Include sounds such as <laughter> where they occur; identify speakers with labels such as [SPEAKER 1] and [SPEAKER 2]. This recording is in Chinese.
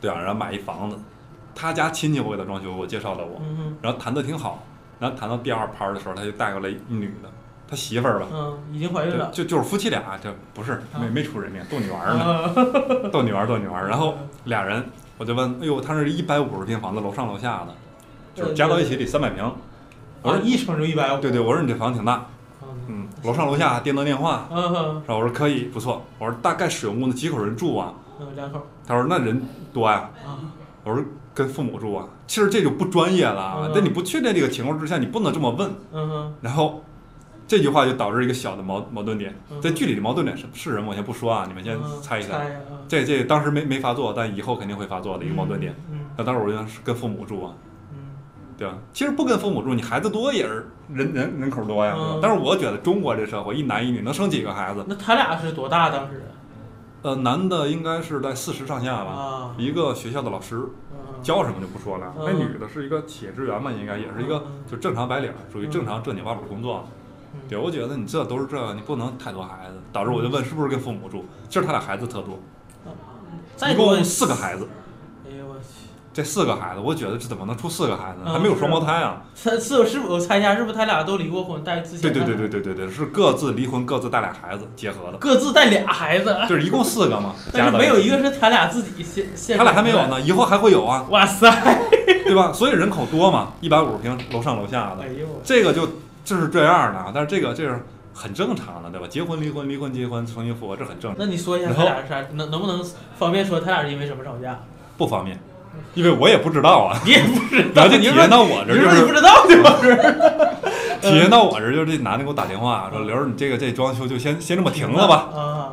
[SPEAKER 1] 对啊，然后买一房子，他家亲戚我给他装修，我介绍的我，
[SPEAKER 2] 嗯
[SPEAKER 1] 然后谈的挺好，然后谈到第二盘儿的时候，他就带过来一女的，他媳妇儿吧
[SPEAKER 2] 哼，，嗯，已经怀孕
[SPEAKER 1] 对
[SPEAKER 2] 了，
[SPEAKER 1] 就就是夫妻俩，这不是没
[SPEAKER 2] 啊
[SPEAKER 1] 没出人命，逗女玩儿呢，
[SPEAKER 2] 啊，
[SPEAKER 1] 逗女玩儿逗女玩儿，然后俩人我就问，哎呦，他是一百五十平房子，楼上楼下的，就是加到一起得三百平，我
[SPEAKER 2] 啊，
[SPEAKER 1] 说
[SPEAKER 2] 一乘就一百五，
[SPEAKER 1] 对对，我说你这房挺大，
[SPEAKER 2] 嗯，
[SPEAKER 1] 嗯，楼上楼下电灯电话，
[SPEAKER 2] 嗯
[SPEAKER 1] 然后我说可以，不错，我说大概使用过呢，几口人住啊？
[SPEAKER 2] 嗯，两口
[SPEAKER 1] 他说那人多呀、
[SPEAKER 2] 啊，
[SPEAKER 1] 我说跟父母住啊，其实这就不专业了啊
[SPEAKER 2] 嗯。
[SPEAKER 1] 在你不确定这个情况之下，你不能这么问。
[SPEAKER 2] 嗯哼，
[SPEAKER 1] 然后这句话就导致一个小的矛矛盾点
[SPEAKER 2] 嗯，
[SPEAKER 1] 在具体的矛盾点是是什么，我先不说啊，你们先
[SPEAKER 2] 嗯
[SPEAKER 1] 猜一猜。
[SPEAKER 2] 猜啊，
[SPEAKER 1] 这这当时没没发作，但以后肯定会发作的一个矛盾点。
[SPEAKER 2] 嗯，
[SPEAKER 1] 那当时我就是跟父母住啊，
[SPEAKER 2] 嗯
[SPEAKER 1] 对吧？其实不跟父母住，你孩子多也是人人人口多呀。对吧
[SPEAKER 2] 嗯
[SPEAKER 1] 但是我觉得中国这社会，一男一女能生几个孩子
[SPEAKER 2] 嗯，？那他俩是多大当时啊
[SPEAKER 1] 呃，男的应该是在四十上下吧，
[SPEAKER 2] 啊？
[SPEAKER 1] 一个学校的老师，
[SPEAKER 2] 嗯
[SPEAKER 1] 教什么就不说了。那
[SPEAKER 2] 嗯
[SPEAKER 1] 女的是一个企业职员嘛，应该也是一个
[SPEAKER 2] 嗯
[SPEAKER 1] 就正常白领，属于正常正经八百工作
[SPEAKER 2] 嗯。
[SPEAKER 1] 对，我觉得你这都是这，你不能太多孩子，导致我就问是不是跟父母住，其实他俩孩子特多，
[SPEAKER 2] 再
[SPEAKER 1] 一
[SPEAKER 2] 多
[SPEAKER 1] 共四个孩子，
[SPEAKER 2] 哎呦我去，
[SPEAKER 1] 这四个孩子，我觉得这怎么能出四个孩子呢？
[SPEAKER 2] 嗯
[SPEAKER 1] 还没有双胞胎啊？
[SPEAKER 2] 三四是不是我猜一下，是不是他俩都离过婚，带自己
[SPEAKER 1] 对对对对对对对，是各自离婚，各自带俩孩子结合的，
[SPEAKER 2] 各自带俩孩子，啊
[SPEAKER 1] 就是一共四个嘛，
[SPEAKER 2] 哎但
[SPEAKER 1] 加
[SPEAKER 2] 是
[SPEAKER 1] 的
[SPEAKER 2] 没有一个嗯是他俩自己现现
[SPEAKER 1] 他俩还没有。呢，以后还会有啊，<laughs>
[SPEAKER 2] 哇塞！
[SPEAKER 1] 对吧？所以人口多嘛，一百五十平，楼上楼下的
[SPEAKER 2] 哎，呦我，
[SPEAKER 1] 这个就就是这样的啊，但是这个这是很正常的，对吧？结婚、离婚、离婚、结婚、重新复合，这很正常，
[SPEAKER 2] 那你说一下
[SPEAKER 1] 然
[SPEAKER 2] 他
[SPEAKER 1] 后
[SPEAKER 2] 俩是啥？能能不能方便说他俩是因为什么吵架？
[SPEAKER 1] 不方便，因为我也不知道
[SPEAKER 2] <laughs>
[SPEAKER 1] 啊。
[SPEAKER 2] 你也不知
[SPEAKER 1] 然
[SPEAKER 2] 道，
[SPEAKER 1] 后就体
[SPEAKER 2] 你
[SPEAKER 1] 验
[SPEAKER 2] 说
[SPEAKER 1] 到我这
[SPEAKER 2] 你
[SPEAKER 1] 儿，就
[SPEAKER 2] 说你不
[SPEAKER 1] 是
[SPEAKER 2] 知道对吧？
[SPEAKER 1] 体验到我这儿，就是这男的给我打电话说：“刘儿，你这个这装修就先先这么停了吧。
[SPEAKER 2] 啊，”